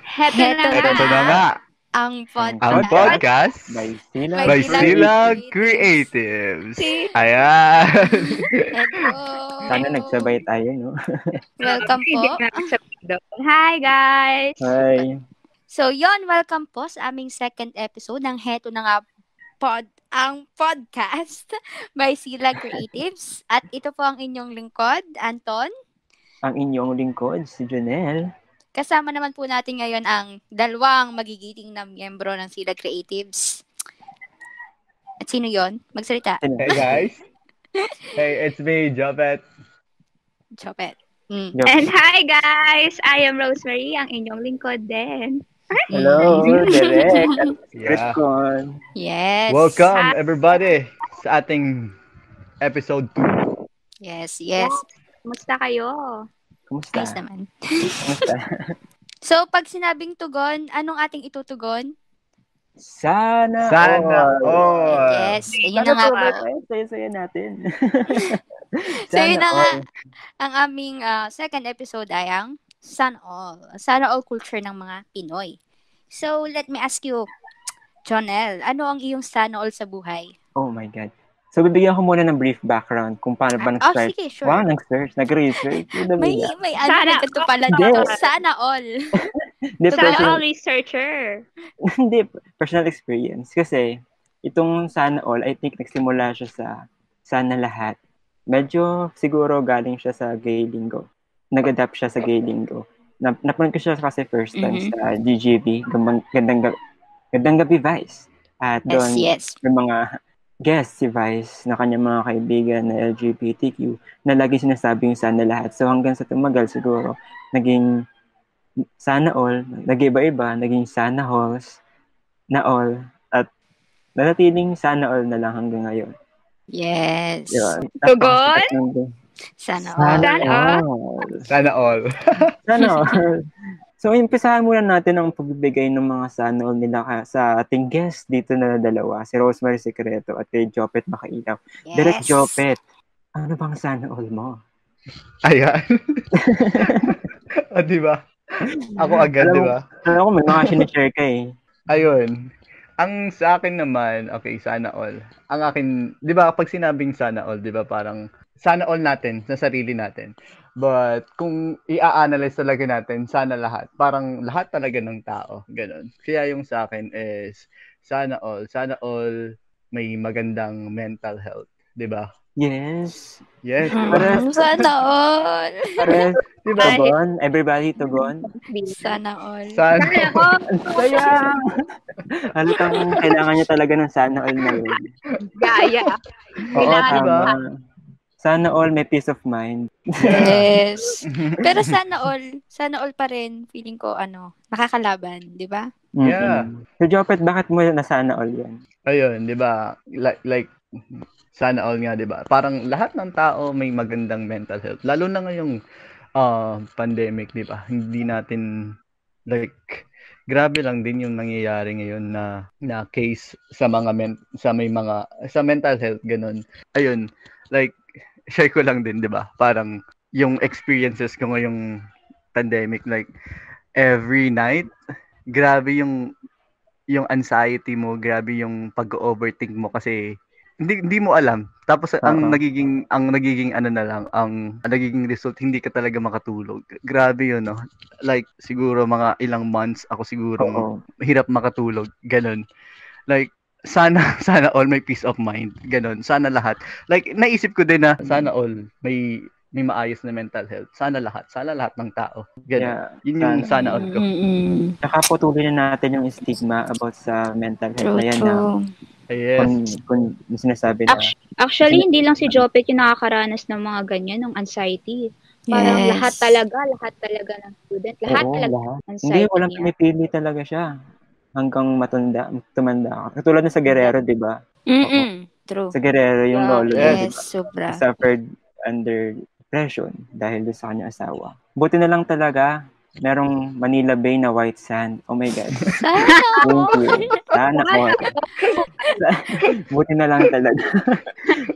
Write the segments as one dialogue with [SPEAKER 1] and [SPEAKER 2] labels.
[SPEAKER 1] Heto na
[SPEAKER 2] Heto
[SPEAKER 1] nga.
[SPEAKER 3] Ito na nga,
[SPEAKER 2] Ang podcast.
[SPEAKER 3] ang podcast
[SPEAKER 1] May
[SPEAKER 4] Sila.
[SPEAKER 3] by
[SPEAKER 2] By
[SPEAKER 3] Sila
[SPEAKER 2] Sila
[SPEAKER 3] Creatives.
[SPEAKER 2] Si-
[SPEAKER 3] Ayan.
[SPEAKER 2] Hello.
[SPEAKER 4] Sana nagsabay tayo, no?
[SPEAKER 2] Welcome po.
[SPEAKER 1] Hindi na accept daw. Hi, guys!
[SPEAKER 4] Hi.
[SPEAKER 2] So, yon welcome po sa aming second episode ng Heto na nga pod ang podcast by Sila Creatives. At ito po ang inyong lingkod, Anton.
[SPEAKER 4] Ang inyong lingkod, si Jonel.
[SPEAKER 2] Kasama naman po natin ngayon ang dalawang magigiting na miyembro ng Sila Creatives. At sino yon? Magsalita.
[SPEAKER 4] Sino?
[SPEAKER 3] Hey guys. Hey, it's me, Jopet.
[SPEAKER 2] Chopet. Mm.
[SPEAKER 4] Yo.
[SPEAKER 1] And hi, guys! I am Rosemary, ang inyong lingkod din.
[SPEAKER 4] Hello, Derek. At
[SPEAKER 3] Yeah.
[SPEAKER 4] Chriscon.
[SPEAKER 2] Yes.
[SPEAKER 3] Welcome everybody sa ating episode 2.
[SPEAKER 2] Yes, yes.
[SPEAKER 1] Kumusta kayo?
[SPEAKER 4] Kumusta?
[SPEAKER 2] Please naman.
[SPEAKER 4] Kumusta?
[SPEAKER 2] So, pag sinabing tugon, anong ating itutugon?
[SPEAKER 4] Sana.
[SPEAKER 3] Sana all.
[SPEAKER 2] yes. Ayun na nga po.
[SPEAKER 4] Saya-saya natin.
[SPEAKER 2] So, yun na nga.
[SPEAKER 4] all.
[SPEAKER 2] Ang aming ah, second episode ay ang Sana All. Sana All culture ng mga Pinoy. So, let me ask you, Jonel, ano ang iyong sana all sa buhay?
[SPEAKER 4] Oh my God. So, bibigyan ko muna ng brief background kung paano ba
[SPEAKER 2] Ah,
[SPEAKER 4] nag-start.
[SPEAKER 2] sige, sure.
[SPEAKER 4] Wow, nag-search, nag-research.
[SPEAKER 2] May, may ano,
[SPEAKER 1] Sana
[SPEAKER 2] may ganito pala
[SPEAKER 1] all.
[SPEAKER 2] dito. Sana all.
[SPEAKER 4] Hindi,
[SPEAKER 2] Sana
[SPEAKER 1] Sana
[SPEAKER 4] personal,
[SPEAKER 1] all researcher.
[SPEAKER 4] hindi, personal experience. Kasi, itong Sana All, I think nagsimula siya sa Sana Lahat. Medyo siguro galing siya sa gay lingo. Nag-adapt siya sa gay lingo. Na, napanood ko siya kasi first time
[SPEAKER 2] Mhm.
[SPEAKER 4] sa GGV, Gambang- Gandang, Ga- Gandang Gabi Vice. At
[SPEAKER 2] Yes,
[SPEAKER 4] doon,
[SPEAKER 2] yes.
[SPEAKER 4] may mga guests si Vice na kanyang mga kaibigan na LGBTQ na lagi sinasabi yung sana lahat. So hanggang sa tumagal siguro, naging sana all, nag-iba-iba, naging sana halls, na all, at nanatiling sana all na lang hanggang ngayon.
[SPEAKER 2] Yes.
[SPEAKER 4] Yun.
[SPEAKER 1] Tugon?
[SPEAKER 2] Sana all.
[SPEAKER 4] Sana
[SPEAKER 1] Sana
[SPEAKER 4] all.
[SPEAKER 3] Sana all.
[SPEAKER 4] Sana all. So, umpisahan muna natin ang pagbibigay ng mga sana all nila ka- sa ating guest dito na dalawa, si Rosemary Secreto at kay Jopet Makailaw.
[SPEAKER 2] Yes.
[SPEAKER 4] Direct Jopet, ano bang sana all mo?
[SPEAKER 3] Ayan. o, di ba? Ako agad,
[SPEAKER 4] Alam
[SPEAKER 3] di
[SPEAKER 4] mo-
[SPEAKER 3] ba?
[SPEAKER 4] Alam ko, may mga sinishare ka eh.
[SPEAKER 3] Ayun. Ang sa akin naman, okay, sana all. Ang akin, 'di ba, pag sinabing sana all, 'di ba, parang sana all natin sa sarili natin. But kung i-analyze talaga natin, sana lahat. Parang lahat talaga ng tao, ganun. Kaya yung sa akin is sana all, sana all may magandang mental health, 'di ba?
[SPEAKER 4] Yes.
[SPEAKER 3] Yes.
[SPEAKER 2] Mm, Sana all.
[SPEAKER 4] Pares,
[SPEAKER 3] Di ba?
[SPEAKER 4] tugon. Everybody, tugon.
[SPEAKER 2] Sana all.
[SPEAKER 3] Sana
[SPEAKER 1] Sana all.
[SPEAKER 4] Ang saya! Halatang kailangan niya talaga ng sana all na yun.
[SPEAKER 1] Gaya.
[SPEAKER 3] Oo,
[SPEAKER 2] Ah,
[SPEAKER 1] Kailangan
[SPEAKER 3] tama.
[SPEAKER 1] mo.
[SPEAKER 4] Sana all may peace of mind.
[SPEAKER 2] Yes. Pero sana all, sana all pa rin, feeling ko, ano, nakakalaban, di ba?
[SPEAKER 4] Mm-mm.
[SPEAKER 3] Yeah.
[SPEAKER 4] So, Jopet, bakit mo na sana all yan?
[SPEAKER 3] Ayun, 'di ba? Like like sana all nga, 'di ba? Parang lahat ng tao may magandang mental health. Lalo na ngayong ah, pandemic, 'di ba? Hindi natin like grabe lang din yung nangyayari ngayon na na case sa mga men, sa may mga sa mental health ganun. Ayun, like share ko lang din, 'di ba? Parang yung experiences ko ngayong pandemic like every night grabe yung yung anxiety mo, grabe yung pag-overthink mo kasi hindi hindi mo alam. Tapos ang
[SPEAKER 4] Oo.
[SPEAKER 3] nagiging ang nagiging ano na lang, ang, ang nagiging result hindi ka talaga makatulog. Grabe 'yun, no. Like siguro mga ilang months ako siguro
[SPEAKER 4] Oo.
[SPEAKER 3] hirap makatulog, ganun. Like sana sana all may peace of mind, ganun. Sana lahat. Like naisip ko din na sana all may may maayos na mental health. Sana lahat, sana lahat ng tao. Ganun.
[SPEAKER 4] Yeah.
[SPEAKER 3] Yun yung
[SPEAKER 4] Sana.
[SPEAKER 3] sana all ko.
[SPEAKER 2] Mm-mm.
[SPEAKER 4] Saka putulin na natin yung stigma about sa mental
[SPEAKER 2] True,
[SPEAKER 4] health na yan. Na,
[SPEAKER 2] true.
[SPEAKER 3] Yes.
[SPEAKER 4] kung, kung yung sinasabi na,
[SPEAKER 1] Actu- Actually, hindi lang si Jopet yung nakakaranas ng mga ganyan, ng anxiety. Parang
[SPEAKER 2] Yes.
[SPEAKER 1] lahat talaga, lahat talaga ng student, lahat
[SPEAKER 4] Oo,
[SPEAKER 1] talaga
[SPEAKER 4] lahat.
[SPEAKER 1] ng anxiety.
[SPEAKER 4] Hindi, walang
[SPEAKER 1] niya.
[SPEAKER 4] pinipili talaga siya. Hanggang matanda, tumanda ka. Katulad na sa Guerrero, di ba?
[SPEAKER 2] Mm-mm. True.
[SPEAKER 4] Sa Guerrero, yung
[SPEAKER 1] Yeah.
[SPEAKER 4] lolo niya,
[SPEAKER 2] Yes,
[SPEAKER 4] di ba?
[SPEAKER 2] sobra.
[SPEAKER 4] Suffered under depression dahil doon sa kanyang asawa. Buti na lang talaga, merong Manila Bay na white sand. Oh my God.
[SPEAKER 2] Sana all.
[SPEAKER 4] Thank you. Sana all. Buti na lang talaga.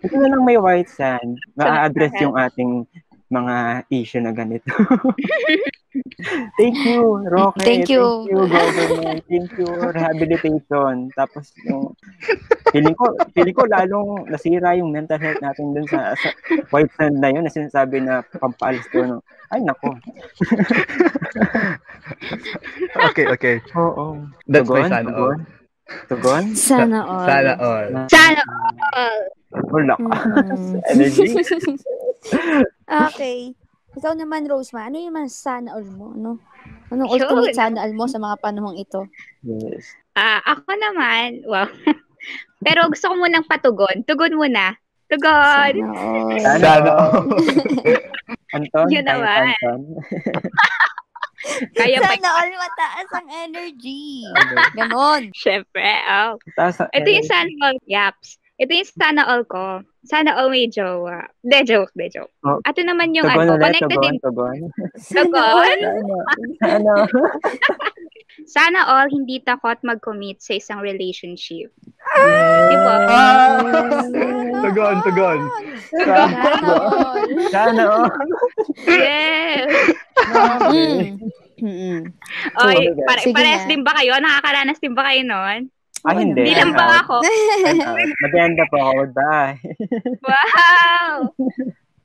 [SPEAKER 4] Buti na lang may white sand. Ma-address yung ating mga issue na ganito. Thank you, Roque.
[SPEAKER 2] Thank you.
[SPEAKER 4] Thank you, government. Thank you, rehabilitation. Tapos, yung, feeling ko, feeling ko lalong nasira yung mental health natin dun sa, sa white sand na yun na sinasabi na pampaalis ko. No? Ay, nako.
[SPEAKER 3] Okay, okay.
[SPEAKER 4] Oo.
[SPEAKER 3] That's
[SPEAKER 4] tugon,
[SPEAKER 3] my sana all.
[SPEAKER 4] tugon. Tugon?
[SPEAKER 2] Sana all.
[SPEAKER 3] Sana all.
[SPEAKER 1] Sana all.
[SPEAKER 4] Wala ka.
[SPEAKER 2] Mm.
[SPEAKER 4] Energy?
[SPEAKER 2] okay. Ikaw naman, Roseman, ano yung mga sana all mo? Ano? Anong
[SPEAKER 1] Yun.
[SPEAKER 2] ultimate sana all mo sa mga panahong ito?
[SPEAKER 4] Yes.
[SPEAKER 1] Ah, ako naman, wow. Pero gusto ko munang patugon. Tugon muna. Tugon.
[SPEAKER 2] Sana all.
[SPEAKER 3] Sana all.
[SPEAKER 4] Anton?
[SPEAKER 1] Yun
[SPEAKER 4] Tayo,
[SPEAKER 1] naman.
[SPEAKER 4] Anton.
[SPEAKER 1] Kaya pa,
[SPEAKER 2] Sana all mataas ang energy. Ganon.
[SPEAKER 1] syempre. Oh.
[SPEAKER 4] Taas ang
[SPEAKER 1] Ito yung
[SPEAKER 4] energy.
[SPEAKER 1] sana all yaps. Ito yung sana all ko. Sana all may jowa. De, joke, de, joke.
[SPEAKER 4] Oh.
[SPEAKER 1] Ito naman yung
[SPEAKER 4] Tugon
[SPEAKER 1] ano,
[SPEAKER 4] ulit,
[SPEAKER 1] connected
[SPEAKER 4] tugon,
[SPEAKER 1] din. Ano?
[SPEAKER 4] tugon.
[SPEAKER 2] Sana all.
[SPEAKER 1] Tugon.
[SPEAKER 4] Sana all.
[SPEAKER 1] Sana all hindi takot mag-commit sa isang relationship.
[SPEAKER 4] Ano?
[SPEAKER 1] Di ba?
[SPEAKER 3] Ah! Tugon, tugon.
[SPEAKER 2] Sana all.
[SPEAKER 4] Sana all.
[SPEAKER 1] Yes!
[SPEAKER 2] Mm. Mm-mm.
[SPEAKER 1] Oy,
[SPEAKER 4] Sige,
[SPEAKER 1] pare-
[SPEAKER 2] sige
[SPEAKER 1] parehas
[SPEAKER 2] na.
[SPEAKER 1] din ba kayo? Nakakaranas din ba kayo noon?
[SPEAKER 4] Ah, hindi.
[SPEAKER 1] Hindi lang
[SPEAKER 4] I'm
[SPEAKER 1] ba
[SPEAKER 4] out.
[SPEAKER 1] ako?
[SPEAKER 4] I'm out. Mag-end up ako. Bye.
[SPEAKER 1] Wow!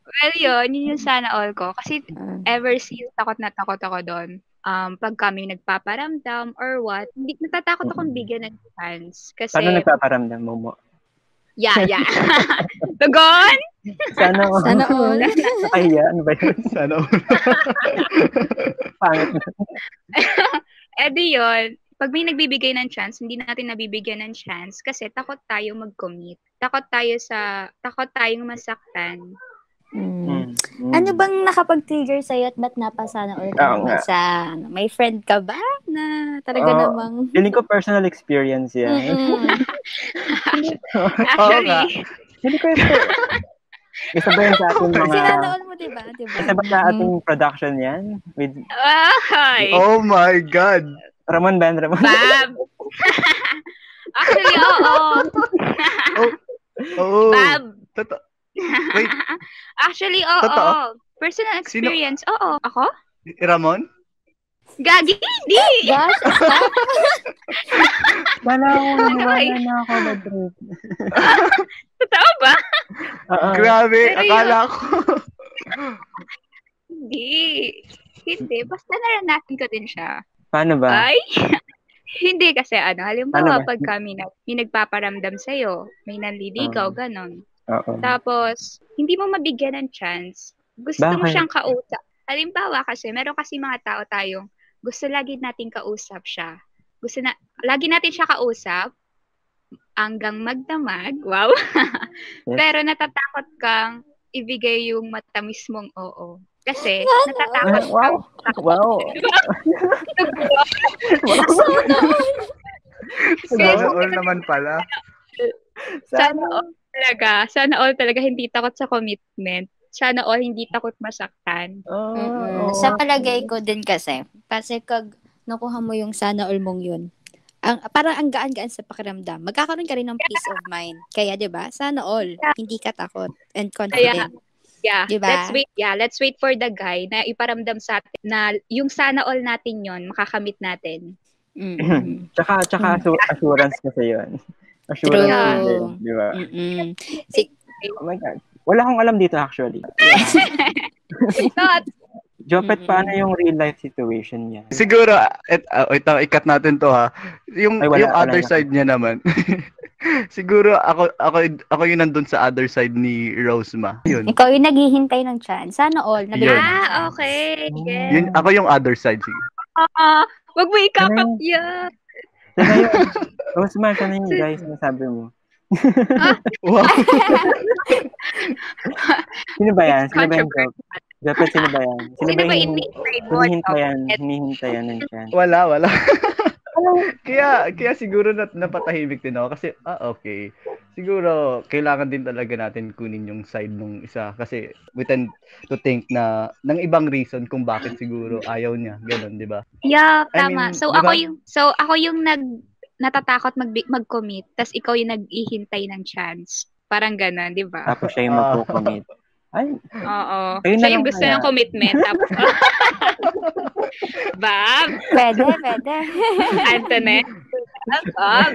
[SPEAKER 1] Well, yun. Yun yung sana all ko. Kasi
[SPEAKER 2] Ah.
[SPEAKER 1] ever since takot na takot ako doon, um, pag kami nagpaparamdam or what, hindi, natatakot akong bigyan ng chance. Kasi,
[SPEAKER 4] Paano nagpaparamdam mo mo?
[SPEAKER 1] yeah, yeah. Tugon!
[SPEAKER 4] Sana all.
[SPEAKER 2] Sana all.
[SPEAKER 4] Nakakahiya. Ano ba yun?
[SPEAKER 3] Sana all.
[SPEAKER 4] Pangit.
[SPEAKER 1] Eh di yun, pag may nagbibigay ng chance, hindi natin nabibigyan ng chance kasi takot tayo mag-commit. Takot tayo sa, takot tayong masaktan.
[SPEAKER 2] Mm.
[SPEAKER 4] Mm.
[SPEAKER 2] Ano bang nakapag-trigger sa'yo at ba't napasana all ka
[SPEAKER 4] Oo
[SPEAKER 2] naman
[SPEAKER 4] nga.
[SPEAKER 2] sa... ano, May friend ka ba na talaga
[SPEAKER 4] Oo.
[SPEAKER 2] namang...
[SPEAKER 4] Feeling ko personal experience yan.
[SPEAKER 2] Mm-mm.
[SPEAKER 1] Actually,
[SPEAKER 3] nga.
[SPEAKER 4] Feeling ko ito. Isa ba yan sa ating mga...
[SPEAKER 2] Sana all mo, diba? diba?
[SPEAKER 4] Isa ba
[SPEAKER 1] Mm.
[SPEAKER 4] sa ating production yan? With
[SPEAKER 1] ay,
[SPEAKER 3] Oh my God.
[SPEAKER 4] Ramon Ben Ramon.
[SPEAKER 1] Bab! Actually, oo.
[SPEAKER 3] Oh.
[SPEAKER 1] Bab!
[SPEAKER 3] Toto- Wait,
[SPEAKER 1] Actually, oo.
[SPEAKER 3] Totoo?
[SPEAKER 1] Personal
[SPEAKER 3] Sino-
[SPEAKER 1] experience, oo. Ako?
[SPEAKER 3] Ramon?
[SPEAKER 1] Gagi, hindi!
[SPEAKER 2] Gosh, stop.
[SPEAKER 4] Wala ko.
[SPEAKER 1] Ay.
[SPEAKER 4] Naniwala na ako. Rodrigo.
[SPEAKER 1] Totoo ba?
[SPEAKER 4] Oo.
[SPEAKER 3] Grabe,
[SPEAKER 1] Pero
[SPEAKER 3] akala ko.
[SPEAKER 1] Hindi. Hindi. Basta naranasan ko din siya.
[SPEAKER 4] Paano ba?
[SPEAKER 1] Ay! hindi kasi ano, halimbawa
[SPEAKER 4] Ano ba?
[SPEAKER 1] pag kami na, may nagpaparamdam sa'yo, may nanliligaw, ganon.
[SPEAKER 4] Oo.
[SPEAKER 1] Tapos, hindi mo mabigyan ng chance. Gusto mo
[SPEAKER 4] Bakit?
[SPEAKER 1] siyang kausap. Halimbawa kasi, meron kasi mga tao tayong gusto lagi nating kausap siya. Gusto na, lagi natin siya kausap hanggang magdamag. Wow! Pero natatakot kang ibigay yung matamis mong oo. Kasi, natatakot
[SPEAKER 4] Ah, Wow. Wow.
[SPEAKER 1] Sana
[SPEAKER 3] Sana all naman pala.
[SPEAKER 1] Sana all talaga. Sana all talaga hindi takot sa commitment. Sana all hindi takot masaktan.
[SPEAKER 4] Oo.
[SPEAKER 2] Mm-mm. Sa palagay ko din kasi, kasi kag nakuha mo yung sana all mong yun, ang, parang ang gaan-gaan sa pakiramdam. Magkakaroon ka rin ng peace of mind. Kaya, di ba? Sana all. Hindi ka takot and confident.
[SPEAKER 1] Yeah,
[SPEAKER 2] Diba?
[SPEAKER 1] let's wait. Yeah, let's wait for the guy na iparamdam sa atin na yung sana all natin yon makakamit natin.
[SPEAKER 2] Mm-mm.
[SPEAKER 4] Tsaka, tsaka assu- assurance kasi yun. Assurance
[SPEAKER 2] True.
[SPEAKER 4] din, di ba?
[SPEAKER 2] Mm-mm.
[SPEAKER 4] Oh my God. Wala akong alam dito actually.
[SPEAKER 1] Not,
[SPEAKER 4] Jopet,
[SPEAKER 2] Mm-mm.
[SPEAKER 4] paano yung real life situation niya?
[SPEAKER 3] Siguro, et, ah, wait lang, ikat natin to ha. Yung,
[SPEAKER 4] Ay, wala,
[SPEAKER 3] yung
[SPEAKER 4] wala
[SPEAKER 3] other
[SPEAKER 4] na.
[SPEAKER 3] side niya naman. Siguro, ako, ako, ako yung nandun sa other side ni Rose Ma. Yun.
[SPEAKER 2] Ikaw yung naghihintay ng chance. Sana all. nabigyan
[SPEAKER 3] Yun.
[SPEAKER 2] ng chance.
[SPEAKER 1] ah, okay. Yes.
[SPEAKER 3] yun ako yung other side. Sige.
[SPEAKER 1] Ah, wag mo ikakap
[SPEAKER 4] Ano?
[SPEAKER 1] yun.
[SPEAKER 4] Sana yun. Roseman, sana yun guys, masabi mo.
[SPEAKER 3] Wow.
[SPEAKER 4] Sino ba yan?
[SPEAKER 1] It's
[SPEAKER 4] Sino ba yan, Jopet? Jopet, sino ba yan?
[SPEAKER 1] Sino ba
[SPEAKER 4] yung-
[SPEAKER 1] ini-trade mo?
[SPEAKER 4] Hinihintayan, hinihintayan ng chance.
[SPEAKER 3] Wala, wala. kaya, kaya siguro nat napatahimik din ako kasi, ah, okay. Siguro, kailangan din talaga natin kunin yung side nung isa kasi we tend to think na ng ibang reason kung bakit siguro ayaw niya. Ganon, di ba?
[SPEAKER 1] Yeah,
[SPEAKER 3] I
[SPEAKER 1] tama.
[SPEAKER 3] mean,
[SPEAKER 1] so
[SPEAKER 3] di
[SPEAKER 1] ako
[SPEAKER 3] ba?
[SPEAKER 1] yung so ako yung nag natatakot mag mag-commit, tas ikaw yung nag-ihintay ng chance. Parang ganun, 'di ba?
[SPEAKER 4] Tapos siya yung
[SPEAKER 3] Ah.
[SPEAKER 4] magkukumit. Ay,
[SPEAKER 1] Oo.
[SPEAKER 4] Ayun na
[SPEAKER 1] Siya yung
[SPEAKER 4] lang
[SPEAKER 1] gusto
[SPEAKER 4] kaya.
[SPEAKER 1] ng commitment. Tapos, Bob,
[SPEAKER 2] Pwede, pwede.
[SPEAKER 1] Antoinette, Bob,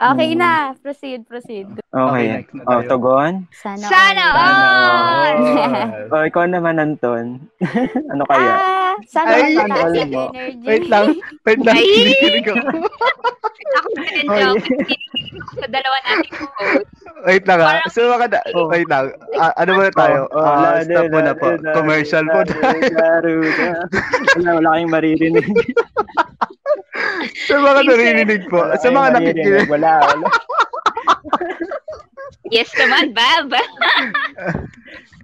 [SPEAKER 2] Okay
[SPEAKER 4] Mm.
[SPEAKER 2] na. Proceed, proceed.
[SPEAKER 4] okay.
[SPEAKER 3] next na
[SPEAKER 4] Oh,
[SPEAKER 3] tayo.
[SPEAKER 4] tugon.
[SPEAKER 2] Sana.
[SPEAKER 1] sana
[SPEAKER 2] all.
[SPEAKER 1] all!
[SPEAKER 3] Yes.
[SPEAKER 4] Oh, ikaw naman, Anton. ano kaya?
[SPEAKER 2] Ah, sana
[SPEAKER 3] Ay,
[SPEAKER 2] all.
[SPEAKER 4] all
[SPEAKER 2] Positive
[SPEAKER 4] mo.
[SPEAKER 2] energy.
[SPEAKER 3] Wait lang. Wait lang.
[SPEAKER 1] Ay!
[SPEAKER 3] Kinikilig ako.
[SPEAKER 1] Ako na rin
[SPEAKER 4] Oy.
[SPEAKER 1] joke. Kinikilig ako sa dalawa nating host.
[SPEAKER 3] Wait lang ha. So, baka na,
[SPEAKER 4] Oh.
[SPEAKER 3] wait lang. Ah, ano ba tayo? Ah, stop mo na po. Commercial po.
[SPEAKER 4] Wala, wala kayong maririnig.
[SPEAKER 3] Sa mga naririnig po.
[SPEAKER 4] Wala
[SPEAKER 3] Sa
[SPEAKER 4] kayong
[SPEAKER 3] mga
[SPEAKER 4] maririnig.
[SPEAKER 3] nakikinig.
[SPEAKER 4] Wala, wala.
[SPEAKER 1] Yes naman, Bob.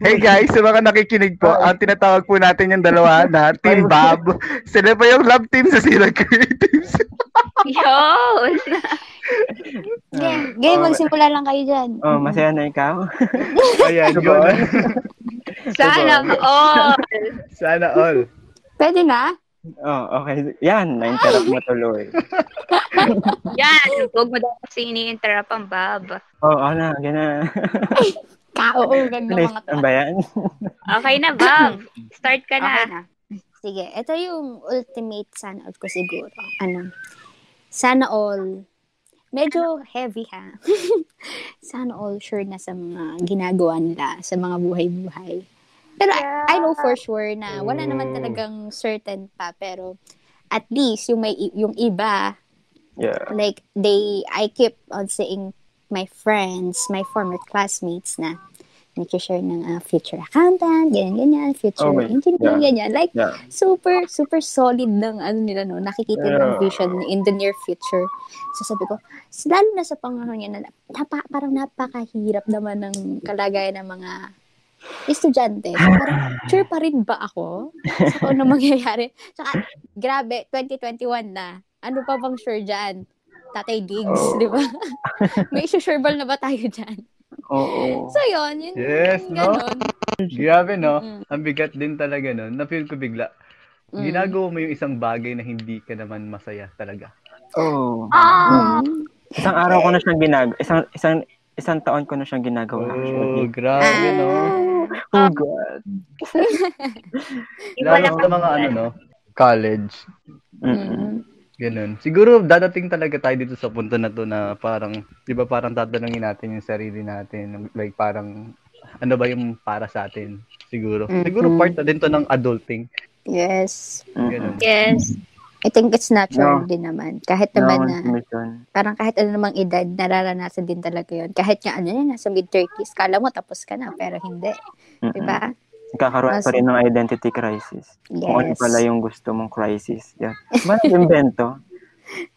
[SPEAKER 3] Hey guys, sa mga nakikinig po, ang tinatawag po natin yung dalawa na Team Bob. Sila pa yung love team sa Silag Creatives.
[SPEAKER 1] Yun.
[SPEAKER 2] Game, game
[SPEAKER 4] Oh,
[SPEAKER 2] magsimula lang kayo dyan.
[SPEAKER 4] Oh, masaya na ikaw.
[SPEAKER 3] Ayan,
[SPEAKER 4] Diba?
[SPEAKER 3] yun.
[SPEAKER 1] Sana all.
[SPEAKER 3] Sana all.
[SPEAKER 2] Pwede na?
[SPEAKER 4] Oh, okay. Yan, na-interrupt mo tuloy.
[SPEAKER 1] Yan. Huwag mo daw kasi ini-interrupt ang Bob.
[SPEAKER 4] Oo, oh, ano, gana.
[SPEAKER 2] Kao, ganda
[SPEAKER 4] Nice
[SPEAKER 2] Ano mga
[SPEAKER 4] ang
[SPEAKER 2] to.
[SPEAKER 4] ba yan?
[SPEAKER 1] Okay na, Bob. Start ka na.
[SPEAKER 2] Okay na. Sige, ito yung ultimate sana all ko siguro. Ano? Sana all. Medyo heavy ha. sana all sure na sa mga ginagawa nila, sa mga buhay-buhay. Pero I- I know for sure na wala naman
[SPEAKER 4] Mm.
[SPEAKER 2] talagang certain pa pero at least yung may yung iba
[SPEAKER 4] Yeah.
[SPEAKER 2] like they I keep on seeing my friends, my former classmates na nag-share ng ah, future accountant, ganyan, ganyan, future
[SPEAKER 4] Oh, wait.
[SPEAKER 2] engineer, ganyan. Like,
[SPEAKER 4] Yeah.
[SPEAKER 2] super, super solid ng ano nila, no? Nakikita ng
[SPEAKER 4] Yeah.
[SPEAKER 2] vision in the near future. So, sabi ko, s- lalo na sa panahon niya, na, napa, parang napakahirap naman ng kalagayan ng mga estudyante. So, parang, sure pa rin ba ako? So, ano mangyayari? Tsaka, grabe, 2021 na. Ano pa bang sure dyan? Tatay Diggs,
[SPEAKER 4] Oh.
[SPEAKER 2] di ba? May isusureball na ba tayo dyan?
[SPEAKER 4] Oo.
[SPEAKER 2] So, yun. yun
[SPEAKER 3] Yes,
[SPEAKER 2] yung
[SPEAKER 3] no?
[SPEAKER 2] ganun.
[SPEAKER 3] Grabe, no?
[SPEAKER 2] Mm,
[SPEAKER 3] Ang bigat din talaga, no? Na-feel ko bigla.
[SPEAKER 2] mm.
[SPEAKER 3] Ginagawa mo yung isang bagay na hindi ka naman masaya talaga.
[SPEAKER 4] Oo.
[SPEAKER 1] Ah.
[SPEAKER 2] Mm.
[SPEAKER 4] Oh. Isang araw ko na siyang ginagawa. Isang, isang, isang taon ko na siyang ginagawa.
[SPEAKER 3] Oh,
[SPEAKER 4] actually.
[SPEAKER 3] grabe, no?
[SPEAKER 2] Ah.
[SPEAKER 4] Oh, God.
[SPEAKER 1] Iba
[SPEAKER 3] Lalo
[SPEAKER 1] lang
[SPEAKER 3] sa mga ano, no? College.
[SPEAKER 2] Mm.
[SPEAKER 3] Mm.
[SPEAKER 4] Mm-mm.
[SPEAKER 3] Ganun. Siguro dadating talaga tayo dito sa punto na to na parang, di ba parang tatanungin natin yung sarili natin. Like parang, ano ba yung para sa atin? Siguro.
[SPEAKER 2] Mhm.
[SPEAKER 3] Siguro part na din to ng adulting.
[SPEAKER 2] Yes.
[SPEAKER 4] Mm-mm.
[SPEAKER 3] Ganun.
[SPEAKER 1] Yes.
[SPEAKER 2] I think it's natural
[SPEAKER 4] No.
[SPEAKER 2] din naman. Kahit
[SPEAKER 4] No
[SPEAKER 2] naman na,
[SPEAKER 4] one's mission.
[SPEAKER 2] parang kahit ano namang edad, nararanasan din talaga yun. Kahit nga ano yun, nasa mid-30s, kala mo tapos ka na, pero hindi.
[SPEAKER 4] Mm-mm.
[SPEAKER 2] Diba?
[SPEAKER 4] Nagkakaroon pa rin ng identity crisis. Kung ano
[SPEAKER 2] Yes.
[SPEAKER 4] pala yung gusto mong crisis. Yeah. Parang invento.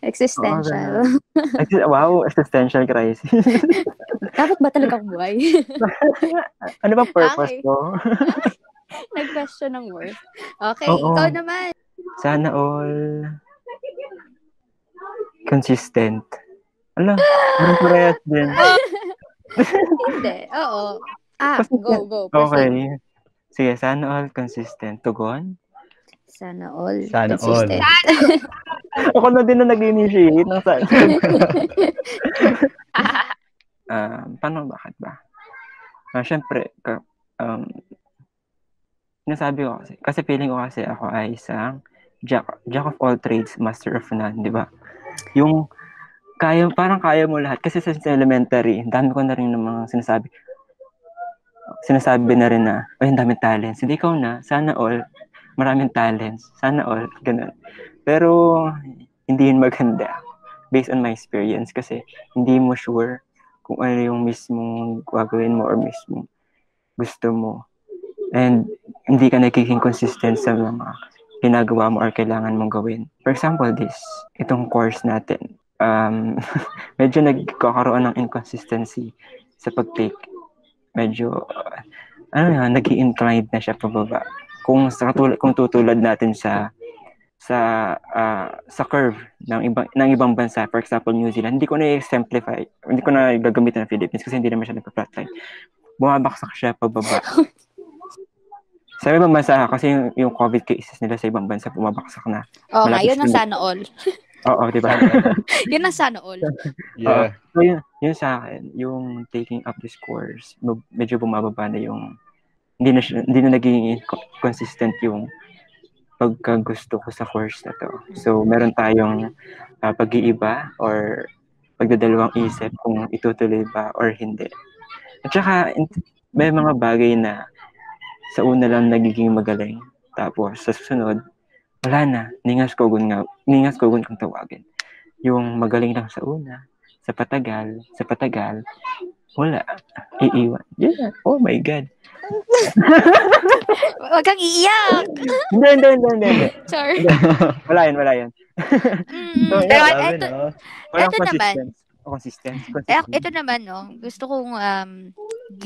[SPEAKER 2] Existential.
[SPEAKER 4] Exi- wow, existential crisis.
[SPEAKER 2] Dapat ba talaga akong buhay?
[SPEAKER 4] ano ba
[SPEAKER 2] Okay.
[SPEAKER 4] purpose ko?
[SPEAKER 2] Nag-question ng worth. Okay,
[SPEAKER 4] Oo.
[SPEAKER 2] ikaw naman.
[SPEAKER 4] Sana all consistent. Ala, parang parehas din.
[SPEAKER 2] Hindi. Oo. Ah,
[SPEAKER 4] Kasi-
[SPEAKER 2] go, go.
[SPEAKER 4] Okay.
[SPEAKER 2] proceed.
[SPEAKER 4] Sige, sana all consistent. Tugon?
[SPEAKER 2] Sana all.
[SPEAKER 3] Sana all.
[SPEAKER 2] consistent.
[SPEAKER 4] Ako na din na nag-initiate ng sana. Ah, paano, bakit ba? Ah, Siyempre, ka, um, nasabi ko kasi, kasi feeling ko kasi ako ay isang jack, jack of all trades, master of none, di ba? Yung kaya, parang kaya mo lahat. Kasi sa sa elementary, ang dami ko na rin ng mga sinasabi. Sinasabi na rin na, ay, ang daming talents. Hindi ikaw na, sana all, maraming talents. Sana all, ganun. Pero, hindi yun maganda. Based on my experience, kasi hindi mo sure kung ano yung mismong gagawin mo or mismo gusto mo. And hindi ka nagiging consistent sa mga ginagawa mo or kailangan mong gawin. For example, this, itong course natin, um, medyo nagkakaroon ng inconsistency sa pag-take. Medyo, uh, ano na, nag inclined na siya pababa. Kung, sa, katul- kung tutulad natin sa sa ah, sa curve ng ibang ng ibang bansa for example New Zealand hindi ko na exemplify hindi ko na gagamitin ng Philippines kasi hindi naman siya nagpa-flatline bumabaksak siya pababa sa ibang bansa kasi yung, yung COVID cases nila sa ibang bansa bumabaksak na
[SPEAKER 2] Oo nga, Oh,
[SPEAKER 4] Malapit
[SPEAKER 2] yun ang
[SPEAKER 4] na-
[SPEAKER 2] sana all.
[SPEAKER 4] Oo, di ba?
[SPEAKER 2] Yun ang sana all.
[SPEAKER 3] Yeah.
[SPEAKER 4] So, yun, yun sa akin, yung taking up this course, med- medyo bumababa na yung, hindi na, siya- hindi na naging co- consistent yung pagka gusto ko sa course na to. So, meron tayong ah, pag-iiba or pagdadalawang isip kung itutuloy ba or hindi. At saka, in- may mga bagay na sa una lang nagiging magaling. Tapos, sa susunod, wala na. Ningas kogon nga, ningas kogon kung tawagin. Yung magaling lang sa una, sa patagal, sa patagal, wala. Iiwan. Yeah. Oh my God.
[SPEAKER 2] Huwag kang iiyak!
[SPEAKER 4] Hindi, hindi, hindi, hindi, hindi.
[SPEAKER 2] Char.
[SPEAKER 4] Wala yan, wala yan.
[SPEAKER 1] Eh,
[SPEAKER 2] Mm,
[SPEAKER 4] So,
[SPEAKER 2] pero
[SPEAKER 3] Grabe,
[SPEAKER 2] eto,
[SPEAKER 3] no?
[SPEAKER 4] Walang
[SPEAKER 2] Eto naman.
[SPEAKER 4] consistency. Oh, consistency.
[SPEAKER 2] eh,
[SPEAKER 4] consistency.
[SPEAKER 2] eto naman, no? Gusto kong um,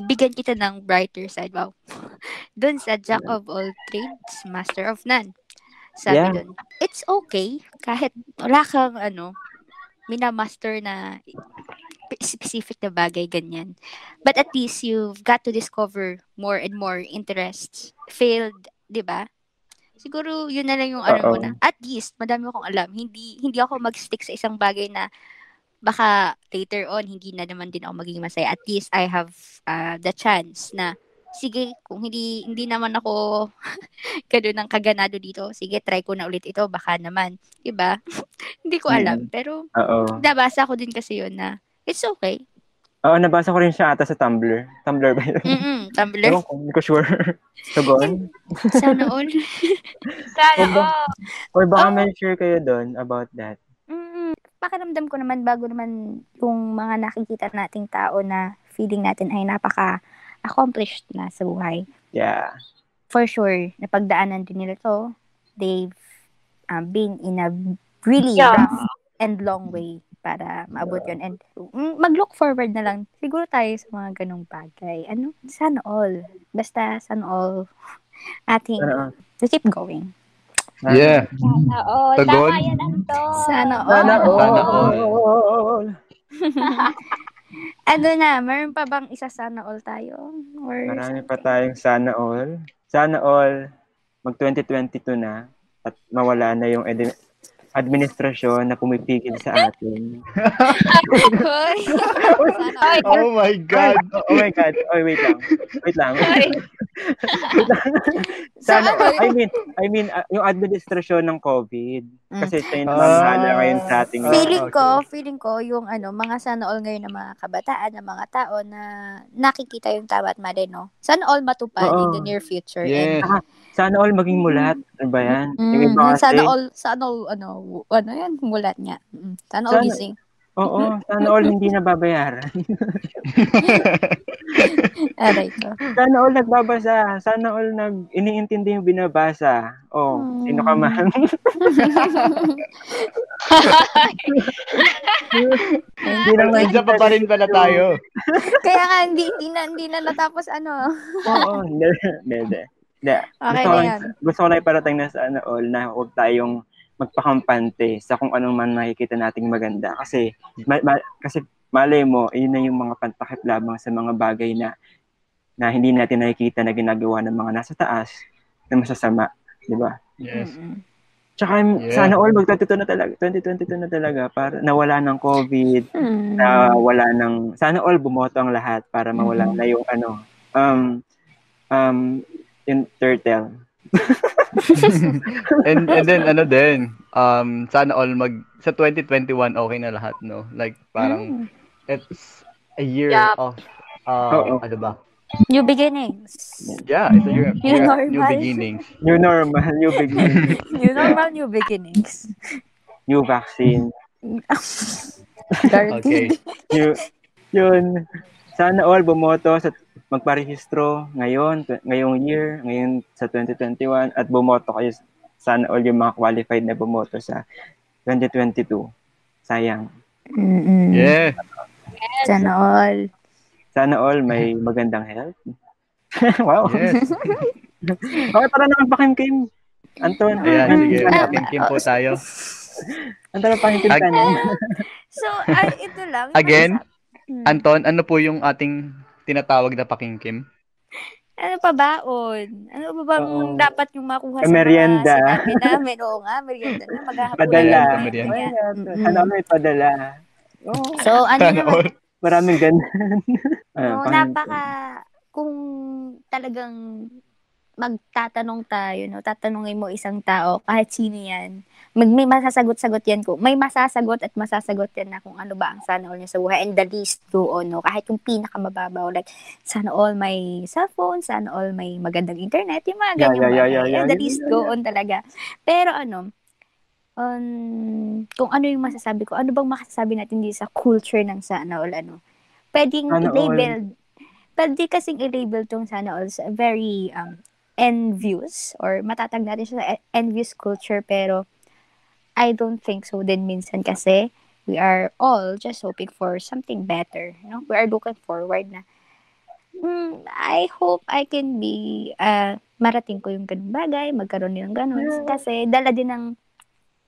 [SPEAKER 2] bigyan kita ng brighter side. Wow. Doon sa jack of all trades, master of none. Sabi
[SPEAKER 4] Yeah.
[SPEAKER 2] dun, it's okay kahit wala kang, ano, minamaster na specific na bagay, ganyan. But at least you've got to discover more and more interests. Failed, di ba? Siguro yun na lang yung ano mo
[SPEAKER 4] Oo.
[SPEAKER 2] na. At least, madami akong alam. Hindi hindi ako mag-stick sa isang bagay na baka later on, hindi na naman din ako maging masaya. At least I have uh, the chance na sige, kung hindi hindi naman ako gano'n ng kaganado dito, sige, try ko na ulit ito, baka naman. di ba? hindi ko alam. Pero
[SPEAKER 4] Oo.
[SPEAKER 2] nabasa ko din kasi yun na it's okay.
[SPEAKER 4] Oo, nabasa ko rin siya ata sa Tumblr. Tumblr ba yun?
[SPEAKER 2] Mm-mm, Tumblr.
[SPEAKER 4] Ewan ko, hindi ko sure. Tugon?
[SPEAKER 2] Sana all.
[SPEAKER 1] Sana
[SPEAKER 4] Diba?
[SPEAKER 1] all.
[SPEAKER 4] Or baka
[SPEAKER 2] Oo.
[SPEAKER 4] may share kayo doon about that.
[SPEAKER 2] Mm-mm. Pakiramdam ko naman bago naman yung mga nakikita nating tao na feeling natin ay napaka accomplished na sa buhay.
[SPEAKER 4] Yeah.
[SPEAKER 2] For sure, napagdaanan din nila to. They've um, been in a really
[SPEAKER 1] Yeah.
[SPEAKER 2] rough and long way para maabot yun. And mm, mag-look forward na lang. Siguro tayo sa mga ganong bagay. Ano? Sana all. Basta sana all ating
[SPEAKER 4] Sana,
[SPEAKER 2] to keep going.
[SPEAKER 4] sana-
[SPEAKER 3] Yeah.
[SPEAKER 1] Sana all.
[SPEAKER 3] Tagon.
[SPEAKER 1] Tama yan, Anton.
[SPEAKER 2] Sana all.
[SPEAKER 4] Sana all.
[SPEAKER 3] Sana all.
[SPEAKER 2] Ano na, meron pa bang isa sana all tayo? Or
[SPEAKER 4] Marami
[SPEAKER 2] something?
[SPEAKER 4] pa tayong sana all. Sana all, mag 2022 na at mawala na yung edi- administrasyon na pumipigil sa atin.
[SPEAKER 2] Hoy. sana all.
[SPEAKER 3] Oh my God.
[SPEAKER 4] Oh my God. Oh, wait lang. Wait lang.
[SPEAKER 1] Sorry.
[SPEAKER 4] Sana
[SPEAKER 2] Sana
[SPEAKER 4] all. I mean, I mean, uh, yung administrasyon ng COVID.
[SPEAKER 2] Mm.
[SPEAKER 4] Kasi siya yung
[SPEAKER 3] Ah.
[SPEAKER 4] nangahala ngayon sa ating
[SPEAKER 3] Ah,
[SPEAKER 2] Feeling ko,
[SPEAKER 3] okay.
[SPEAKER 2] feeling ko yung ano, mga sana all ngayon ng mga kabataan, ng mga tao na nakikita yung tama at mali, no? Sana all matupad in
[SPEAKER 4] Oo.
[SPEAKER 2] the near future.
[SPEAKER 3] Yes.
[SPEAKER 2] And,
[SPEAKER 4] Sana all maging mulat. Ano ba yan?
[SPEAKER 2] Mm,
[SPEAKER 4] Yung iba
[SPEAKER 2] yung
[SPEAKER 4] kasi,
[SPEAKER 2] sana all, sana all, ano, w- ano yan, mulat nga. Mm, sana all
[SPEAKER 4] Sana-
[SPEAKER 2] gising.
[SPEAKER 4] oo, sana all hindi nababayaran.
[SPEAKER 2] Aray ko.
[SPEAKER 4] Sana all nagbabasa. Sana all nag iniintindi yung binabasa. Oh,
[SPEAKER 2] Hmm.
[SPEAKER 4] sino ka man? Hindi lang
[SPEAKER 3] Nandiyan pa pa rin pala tayo.
[SPEAKER 2] Kaya nga, hindi, hindi na, hindi na natapos ano.
[SPEAKER 4] Oo, hindi. Hindi, hindi. Hindi.
[SPEAKER 2] Okay na
[SPEAKER 4] gusto, ko-
[SPEAKER 2] yan.
[SPEAKER 4] gusto ko na iparating na sa ano all na huwag tayong magpakampante sa kung anong man makikita nating maganda. Kasi, ma- ma- kasi malay mo, yun na yung mga pantakip lamang sa mga bagay na na hindi natin nakikita na ginagawa ng mga nasa taas na masasama. Di ba?
[SPEAKER 3] Yes.
[SPEAKER 2] Mm-mm.
[SPEAKER 4] Tsaka
[SPEAKER 3] Yeah.
[SPEAKER 4] sana all mag-22 na talaga, 2022 na talaga para nawala ng COVID,
[SPEAKER 2] Mm.
[SPEAKER 4] nawala ng sana all bumoto ang lahat para mawala
[SPEAKER 3] Mm.
[SPEAKER 4] na yung ano um um yung turtle.
[SPEAKER 3] and and then ano din, um sana all mag sa 2021 okay na lahat, no? Like
[SPEAKER 2] Mm.
[SPEAKER 3] parang it's a year
[SPEAKER 1] Yeah.
[SPEAKER 3] of uh,
[SPEAKER 4] Oo.
[SPEAKER 3] ano ba?
[SPEAKER 2] New beginnings.
[SPEAKER 3] Yeah, it's a year of
[SPEAKER 2] New
[SPEAKER 3] year of new
[SPEAKER 2] normal.
[SPEAKER 3] beginnings.
[SPEAKER 4] New normal, new beginning,
[SPEAKER 2] New normal, new beginnings.
[SPEAKER 4] new vaccine,
[SPEAKER 3] Okay.
[SPEAKER 2] Guaranteed.
[SPEAKER 4] new yun. Sana all bumoto sa magparehistro ngayon, tw- ngayong year, ngayon sa 2021 at bumoto kayo sana all yung mga qualified na bumoto sa 2022. Sayang.
[SPEAKER 2] Mm-mm.
[SPEAKER 3] Yeah.
[SPEAKER 2] Sana all.
[SPEAKER 4] Sana all may magandang health. wow.
[SPEAKER 3] Yes.
[SPEAKER 4] Okay, para naman pakim-kim. Anton.
[SPEAKER 3] Ayan, sige.
[SPEAKER 2] Ah,
[SPEAKER 3] Kim-kim po tayo.
[SPEAKER 4] Anton, pakim-kim ka na.
[SPEAKER 2] So, ay, ito lang.
[SPEAKER 3] Again?
[SPEAKER 2] Mm.
[SPEAKER 3] Anton, ano po yung ating tinatawag na pakingkim?
[SPEAKER 2] Ano pa baon? Ano ba bang
[SPEAKER 4] Oo.
[SPEAKER 2] dapat yung makuha sa
[SPEAKER 4] Merienda.
[SPEAKER 2] mga sinabi namin? Oo nga, merienda na. Maghahapunan
[SPEAKER 4] Padala.
[SPEAKER 2] na tayo.
[SPEAKER 3] Merienda.
[SPEAKER 2] Ayan. Mm.
[SPEAKER 4] Sana all may padala. Oo.
[SPEAKER 2] So, ano
[SPEAKER 3] Sana
[SPEAKER 2] naman?
[SPEAKER 3] all.
[SPEAKER 4] Maraming ganun. Ah,
[SPEAKER 2] Oo,
[SPEAKER 4] pang-
[SPEAKER 2] Oh, napaka... Kung talagang magtatanong tayo, no? tatanungin mo isang tao, kahit sino yan, mag, may masasagot-sagot yan ko. May masasagot at masasagot yan na kung ano ba ang sana all niya sa buhay. And the least doon, no? kahit yung pinakamababaw, like, sana all may cellphone, sana all may magandang internet, yung mga
[SPEAKER 4] Yeah,
[SPEAKER 2] ganyang
[SPEAKER 4] yeah, yeah,
[SPEAKER 2] bagay.
[SPEAKER 4] yeah, yeah,
[SPEAKER 2] And the
[SPEAKER 4] yeah,
[SPEAKER 2] least
[SPEAKER 4] yeah,
[SPEAKER 2] doon talaga. Pero ano, um, kung ano yung masasabi ko, ano bang makasasabi natin dito sa culture ng sana all, ano? Pwedeng
[SPEAKER 4] Sana all.
[SPEAKER 2] label, pwede kasing i-label tong sana all sa very um, envious or matatag natin siya sa en- envious culture pero I don't think so din minsan kasi we are all just hoping for something better. You know? We are looking forward na mm, I hope I can be uh, marating ko yung ganung bagay, magkaroon din ng ganun.
[SPEAKER 4] Yeah.
[SPEAKER 2] Kasi dala din ng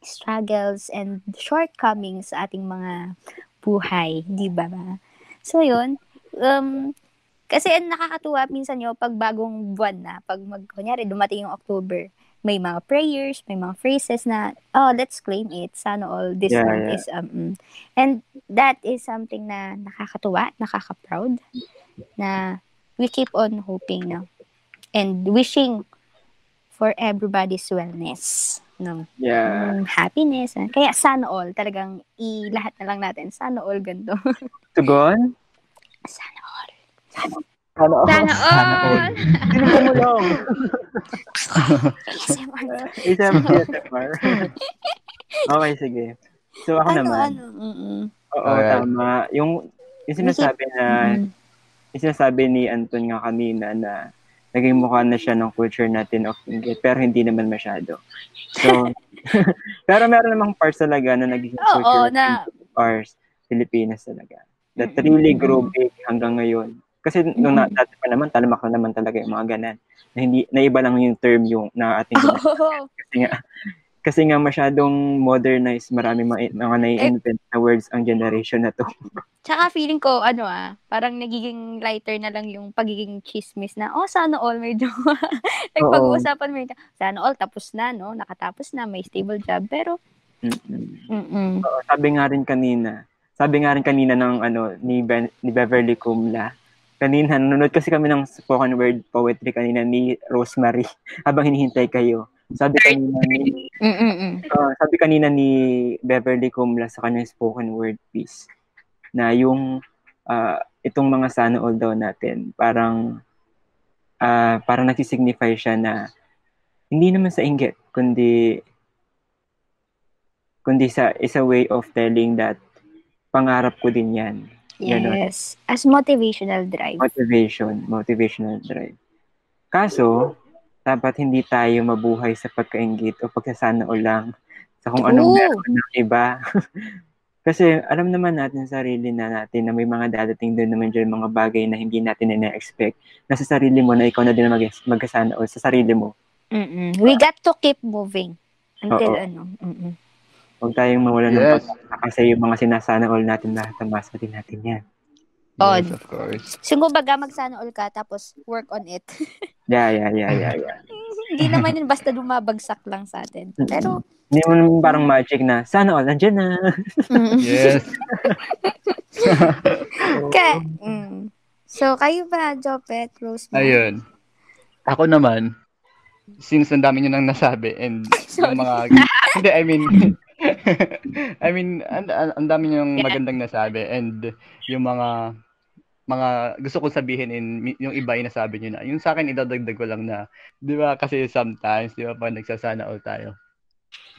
[SPEAKER 2] struggles and shortcomings sa ating mga buhay, di ba? ma? So, yun. Um, kasi ang nakakatuwa minsan yo pag bagong buwan na, pag mag, kunyari, dumating yung October, may mga prayers, may mga phrases na, oh, let's claim it. Sana all this
[SPEAKER 4] Yeah,
[SPEAKER 2] month
[SPEAKER 4] yeah.
[SPEAKER 2] is, um, mm. and that is something na nakakatuwa, nakaka-proud, na we keep on hoping na, and wishing for everybody's wellness. No?
[SPEAKER 4] Yeah.
[SPEAKER 2] um, happiness. ah. Kaya sana all, talagang i lahat na lang natin. Sana all ganito.
[SPEAKER 4] Tugon?
[SPEAKER 2] sana all.
[SPEAKER 4] Sana all.
[SPEAKER 1] Sana
[SPEAKER 3] Sana
[SPEAKER 1] all!
[SPEAKER 3] all.
[SPEAKER 4] Sino tumulong?
[SPEAKER 2] ASMR.
[SPEAKER 4] ASMR. ASMR. okay, sige. So, ako
[SPEAKER 2] ano,
[SPEAKER 4] naman.
[SPEAKER 2] ano? Mm-mm.
[SPEAKER 4] Oo,
[SPEAKER 3] Alright.
[SPEAKER 4] tama. Yung, yung sinasabi na,
[SPEAKER 2] Mm-mm.
[SPEAKER 4] yung sinasabi ni Anton nga kanina na naging mukha na siya ng culture natin of English, pero hindi naman masyado. So, pero meron namang parts talaga na naging
[SPEAKER 2] Oo,
[SPEAKER 4] culture
[SPEAKER 2] na. Mm-hmm.
[SPEAKER 4] of ours, Pilipinas talaga. That
[SPEAKER 2] Mm-mm.
[SPEAKER 4] really grew big hanggang ngayon. Kasi nung na,
[SPEAKER 2] Mm-mm.
[SPEAKER 4] dati pa naman, talamak na naman talaga yung mga ganan. Na, hindi, na iba lang yung term yung na ating
[SPEAKER 2] Oo.
[SPEAKER 4] kasi nga, kasi nga masyadong modernized, marami mga, mga nai-invent
[SPEAKER 2] Eh
[SPEAKER 4] na words ang generation na to.
[SPEAKER 2] Tsaka feeling ko, ano ah, parang nagiging lighter na lang yung pagiging chismis na, oh, sana all may jowa. like,
[SPEAKER 4] Oo.
[SPEAKER 2] pag-uusapan mo yun, sana all, tapos na, no? Nakatapos na, may stable job. Pero,
[SPEAKER 4] Mm-mm.
[SPEAKER 2] mm-mm.
[SPEAKER 4] Oo, sabi nga rin kanina, sabi nga rin kanina ng ano ni, ben, ni Beverly Kumla. Kanina nanonood kasi kami ng spoken word poetry kanina ni Rosemary habang hinihintay kayo. Sabi kanina ni
[SPEAKER 2] Mm-mm.
[SPEAKER 4] Ah, sabi kanina ni Beverly Kumla sa kanyang spoken word piece na yung ah, itong mga sana all daw natin parang ah, parang nagsisignify siya na hindi naman sa inggit kundi kundi sa is a way of telling that pangarap ko din yan Ganon.
[SPEAKER 2] Yes. As motivational drive.
[SPEAKER 4] motivation motivational drive kaso dapat hindi tayo mabuhay sa pagkainggit o pagkasana o lang sa kung anong
[SPEAKER 2] Oo.
[SPEAKER 4] meron ng iba Kasi alam naman natin sa sarili na natin na may mga dadating din naman dyan mga bagay na hindi natin ina-expect. Na sa sarili mo na ikaw na din ang mag- magkasana o sa sarili mo.
[SPEAKER 2] Mm-mm. We got to keep moving until
[SPEAKER 4] Oo.
[SPEAKER 2] ano. Mm-mm.
[SPEAKER 4] Huwag tayong mawala ng
[SPEAKER 3] Yes.
[SPEAKER 4] pag-asa kasi yung mga sinasana all natin lahat ang masa din natin yan.
[SPEAKER 3] Yes, of course.
[SPEAKER 2] So, kumbaga, magsana all ka, tapos work on it.
[SPEAKER 4] Yeah, yeah, yeah, yeah, yeah.
[SPEAKER 2] Hindi naman yun basta dumabagsak lang sa atin.
[SPEAKER 4] Mm.
[SPEAKER 2] Pero,
[SPEAKER 4] Hindi mo naman parang magic na sana all nandiyan na.
[SPEAKER 2] mm,
[SPEAKER 3] Yes.
[SPEAKER 2] ka- mm. So, kayo ba, Jopet, Rosemary?
[SPEAKER 3] Ayun. Ako naman, since ang dami nyo nang nasabi and
[SPEAKER 2] Sorry.
[SPEAKER 3] yung mga... Hindi, I mean... I mean, ang, ang ang dami nyo nang magandang nasabi and yung mga mga gusto kong sabihin in yung iba yung nasabi nyo na. Yung sa akin, idadagdag ko lang na, di ba kasi sometimes, di ba, pag nagsasana all tayo,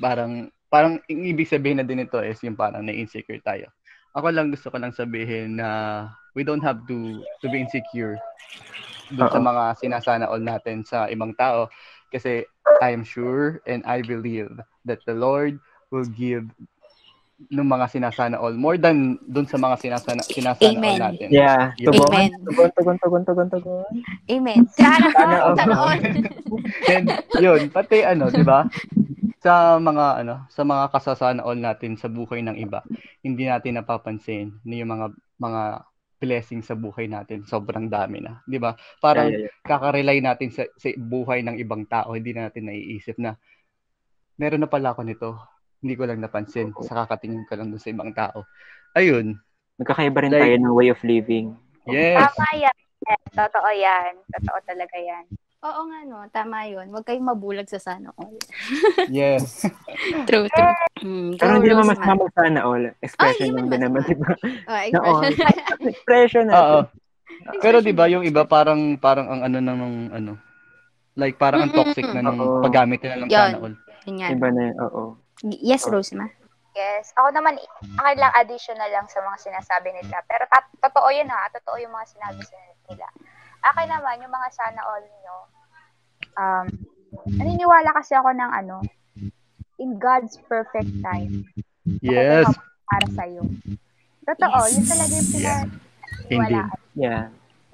[SPEAKER 3] parang, parang ang ibig sabihin na din ito is yung parang na-insecure tayo. Ako lang gusto ko lang sabihin na we don't have to to be insecure dun sa
[SPEAKER 4] Oo.
[SPEAKER 3] mga sinasana all natin sa ibang tao kasi I am sure and I believe that the Lord will give ng mga sinasana all more than dun sa mga sinasana sinasana all
[SPEAKER 2] Amen.
[SPEAKER 3] natin.
[SPEAKER 4] Yeah, tugon.
[SPEAKER 2] Amen.
[SPEAKER 4] Tugon, tugon, tugon, tugon, tugon.
[SPEAKER 2] Amen. Sana
[SPEAKER 4] Sana
[SPEAKER 2] all,
[SPEAKER 4] all.
[SPEAKER 2] sana all.
[SPEAKER 3] And yun, pati ano, 'di ba? Sa mga ano, sa mga kasasana all natin sa buhay ng iba, hindi natin napapansin na yung mga mga blessing sa buhay natin. Sobrang dami na, 'di ba? Parang
[SPEAKER 4] Yeah, yeah, yeah.
[SPEAKER 3] kakarelay natin sa, sa buhay ng ibang tao, hindi natin naiisip na meron na pala ako nito. Hindi ko lang napansin.
[SPEAKER 4] Oo.
[SPEAKER 3] Sa kakatingin ko lang dun sa ibang tao. Ayun.
[SPEAKER 4] Magkakaiba rin
[SPEAKER 3] Like-
[SPEAKER 4] tayo ng way of living.
[SPEAKER 3] Yes.
[SPEAKER 1] Tama yan. Yes, Totoo yan. Totoo talaga yan.
[SPEAKER 2] Oo nga no, tama yun. Huwag kayong mabulag sa sana all.
[SPEAKER 3] Yes.
[SPEAKER 2] True, true. Mm,
[SPEAKER 4] Pero hindi
[SPEAKER 2] go,
[SPEAKER 4] naman
[SPEAKER 2] Rosemar.
[SPEAKER 4] masama sana all.
[SPEAKER 2] Ay,
[SPEAKER 4] Expression
[SPEAKER 2] hindi
[SPEAKER 4] lang
[SPEAKER 2] man
[SPEAKER 4] din naman,
[SPEAKER 2] masama.
[SPEAKER 4] di ba?
[SPEAKER 2] Oh,
[SPEAKER 4] Na
[SPEAKER 2] expression.
[SPEAKER 4] all. Expression na.
[SPEAKER 3] Oo. Pero 'di ba yung iba parang parang ang ano ng ano like parang ang toxic na
[SPEAKER 4] Oo.
[SPEAKER 3] nung paggamit nila ng
[SPEAKER 2] Yun.
[SPEAKER 3] sana all.
[SPEAKER 2] Yun nga.
[SPEAKER 4] Iba na yun, oo.
[SPEAKER 2] Yes,
[SPEAKER 4] Oh.
[SPEAKER 2] Rosema.
[SPEAKER 1] Yes. Ako naman, akin lang additional lang sa mga sinasabi nila. Pero tat- totoo yun ha. Totoo yung mga sinabi sin- nila. Akin naman, yung mga sana all nyo, um, naniniwala kasi ako ng ano, in God's perfect time.
[SPEAKER 3] Yes.
[SPEAKER 1] Ito yung Para sa'yo. Totoo, yun talaga yung pinag-
[SPEAKER 3] Indeed.
[SPEAKER 4] Yeah.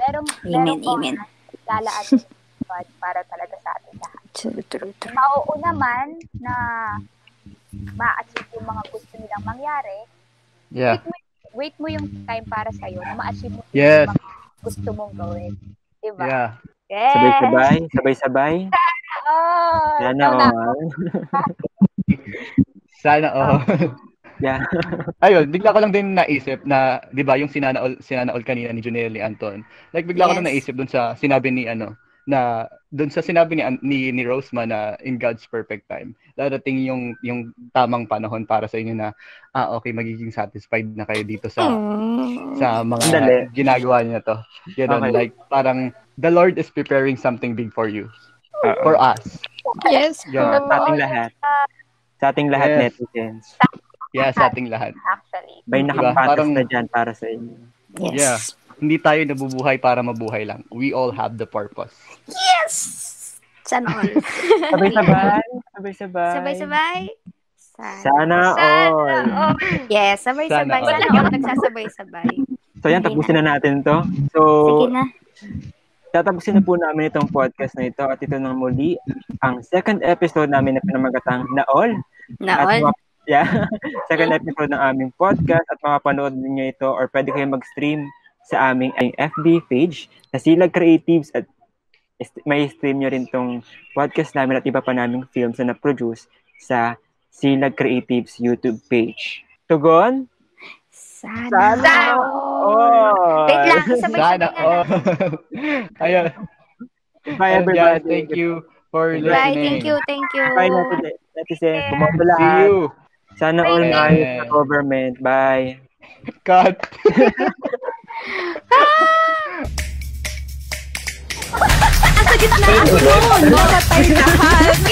[SPEAKER 1] Pero,
[SPEAKER 2] Amen,
[SPEAKER 1] pero
[SPEAKER 2] amen.
[SPEAKER 1] Lalaan God para talaga sa atin lahat.
[SPEAKER 2] True, true, true.
[SPEAKER 1] Mauo naman na ma-achieve yung mga gusto nilang mangyari,
[SPEAKER 3] Yeah.
[SPEAKER 1] wait, mo, wait mo yung time para sa'yo na ma-achieve mo
[SPEAKER 3] Yes.
[SPEAKER 1] yung mga gusto mong gawin. Diba?
[SPEAKER 3] Yeah.
[SPEAKER 1] Yes!
[SPEAKER 4] Sabay-sabay, sabay-sabay.
[SPEAKER 1] Oh,
[SPEAKER 4] Sana
[SPEAKER 1] ikaw na.
[SPEAKER 4] all.
[SPEAKER 3] Sana oh.
[SPEAKER 4] Yeah.
[SPEAKER 3] Ayun, bigla ko lang din naisip na, 'di ba, yung sinanaol sinanaol kanina ni Junelle Anton. Like bigla ko lang
[SPEAKER 2] Yes.
[SPEAKER 3] naisip dun sa sinabi ni ano na dun sa sinabi ni An- ni, ni Roseman na in God's perfect time. Darating yung yung tamang panahon para sa inyo na ah okay, magiging satisfied na kayo dito
[SPEAKER 2] Hmm.
[SPEAKER 3] sa
[SPEAKER 2] Mm.
[SPEAKER 3] sa mga
[SPEAKER 4] Dali.
[SPEAKER 3] ginagawa niyo to. Ganun,
[SPEAKER 4] Okay.
[SPEAKER 3] like parang the Lord is preparing something big for you.
[SPEAKER 4] Oo.
[SPEAKER 3] For us.
[SPEAKER 2] Yes.
[SPEAKER 3] Yun.
[SPEAKER 4] Sa ating lahat. Sa ating lahat
[SPEAKER 3] Yes.
[SPEAKER 4] netizens.
[SPEAKER 3] Yeah, sa ating lahat.
[SPEAKER 1] Actually.
[SPEAKER 4] May
[SPEAKER 3] Diba?
[SPEAKER 4] nakapatas
[SPEAKER 3] Parang-
[SPEAKER 4] na dyan para sa inyo.
[SPEAKER 2] Yes.
[SPEAKER 3] Yeah. Hindi tayo nabubuhay para mabuhay lang. We all have the purpose.
[SPEAKER 2] Yes! Sana all.
[SPEAKER 4] Sabay-sabay. Sabay-sabay.
[SPEAKER 2] Sabay-sabay. Sana.
[SPEAKER 4] Sana all.
[SPEAKER 1] Oh,
[SPEAKER 2] Yes, sabay-sabay.
[SPEAKER 3] Sana all.
[SPEAKER 2] Sana all. Nagsasabay-sabay.
[SPEAKER 4] So yan, tapusin na natin to. So,
[SPEAKER 2] Sige na.
[SPEAKER 4] tatapusin na po namin itong podcast na ito at ito nang muli ang second episode namin na pinamagatang na all.
[SPEAKER 2] Na
[SPEAKER 4] At
[SPEAKER 2] all.
[SPEAKER 4] mga- yeah, second episode ng aming podcast at mapapanood ninyo ito or pwede kayo mag-stream sa aming aming FB page na Silag Creatives at est- may stream nyo rin tong podcast namin at iba pa naming films na na-produce sa Silag Creatives YouTube page. Tugon?
[SPEAKER 2] Sana,
[SPEAKER 1] Sana
[SPEAKER 2] all.
[SPEAKER 4] Oh!
[SPEAKER 2] Wait lang, sabay-sabay
[SPEAKER 3] Sana
[SPEAKER 2] na
[SPEAKER 3] all. Ayun. Ayun,
[SPEAKER 4] Bye
[SPEAKER 3] guys.
[SPEAKER 4] everybody.
[SPEAKER 3] Thank you for
[SPEAKER 4] Bye.
[SPEAKER 3] listening.
[SPEAKER 2] Bye, thank you, thank you.
[SPEAKER 4] Bye natin. Natizen. Bumoto
[SPEAKER 3] See
[SPEAKER 4] lahat.
[SPEAKER 3] you.
[SPEAKER 4] Sana all
[SPEAKER 1] Bye.
[SPEAKER 4] ayos na government. Bye.
[SPEAKER 3] Cut.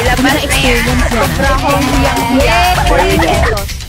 [SPEAKER 2] Ilabas na yan. Sobra akong hiyang-hiya.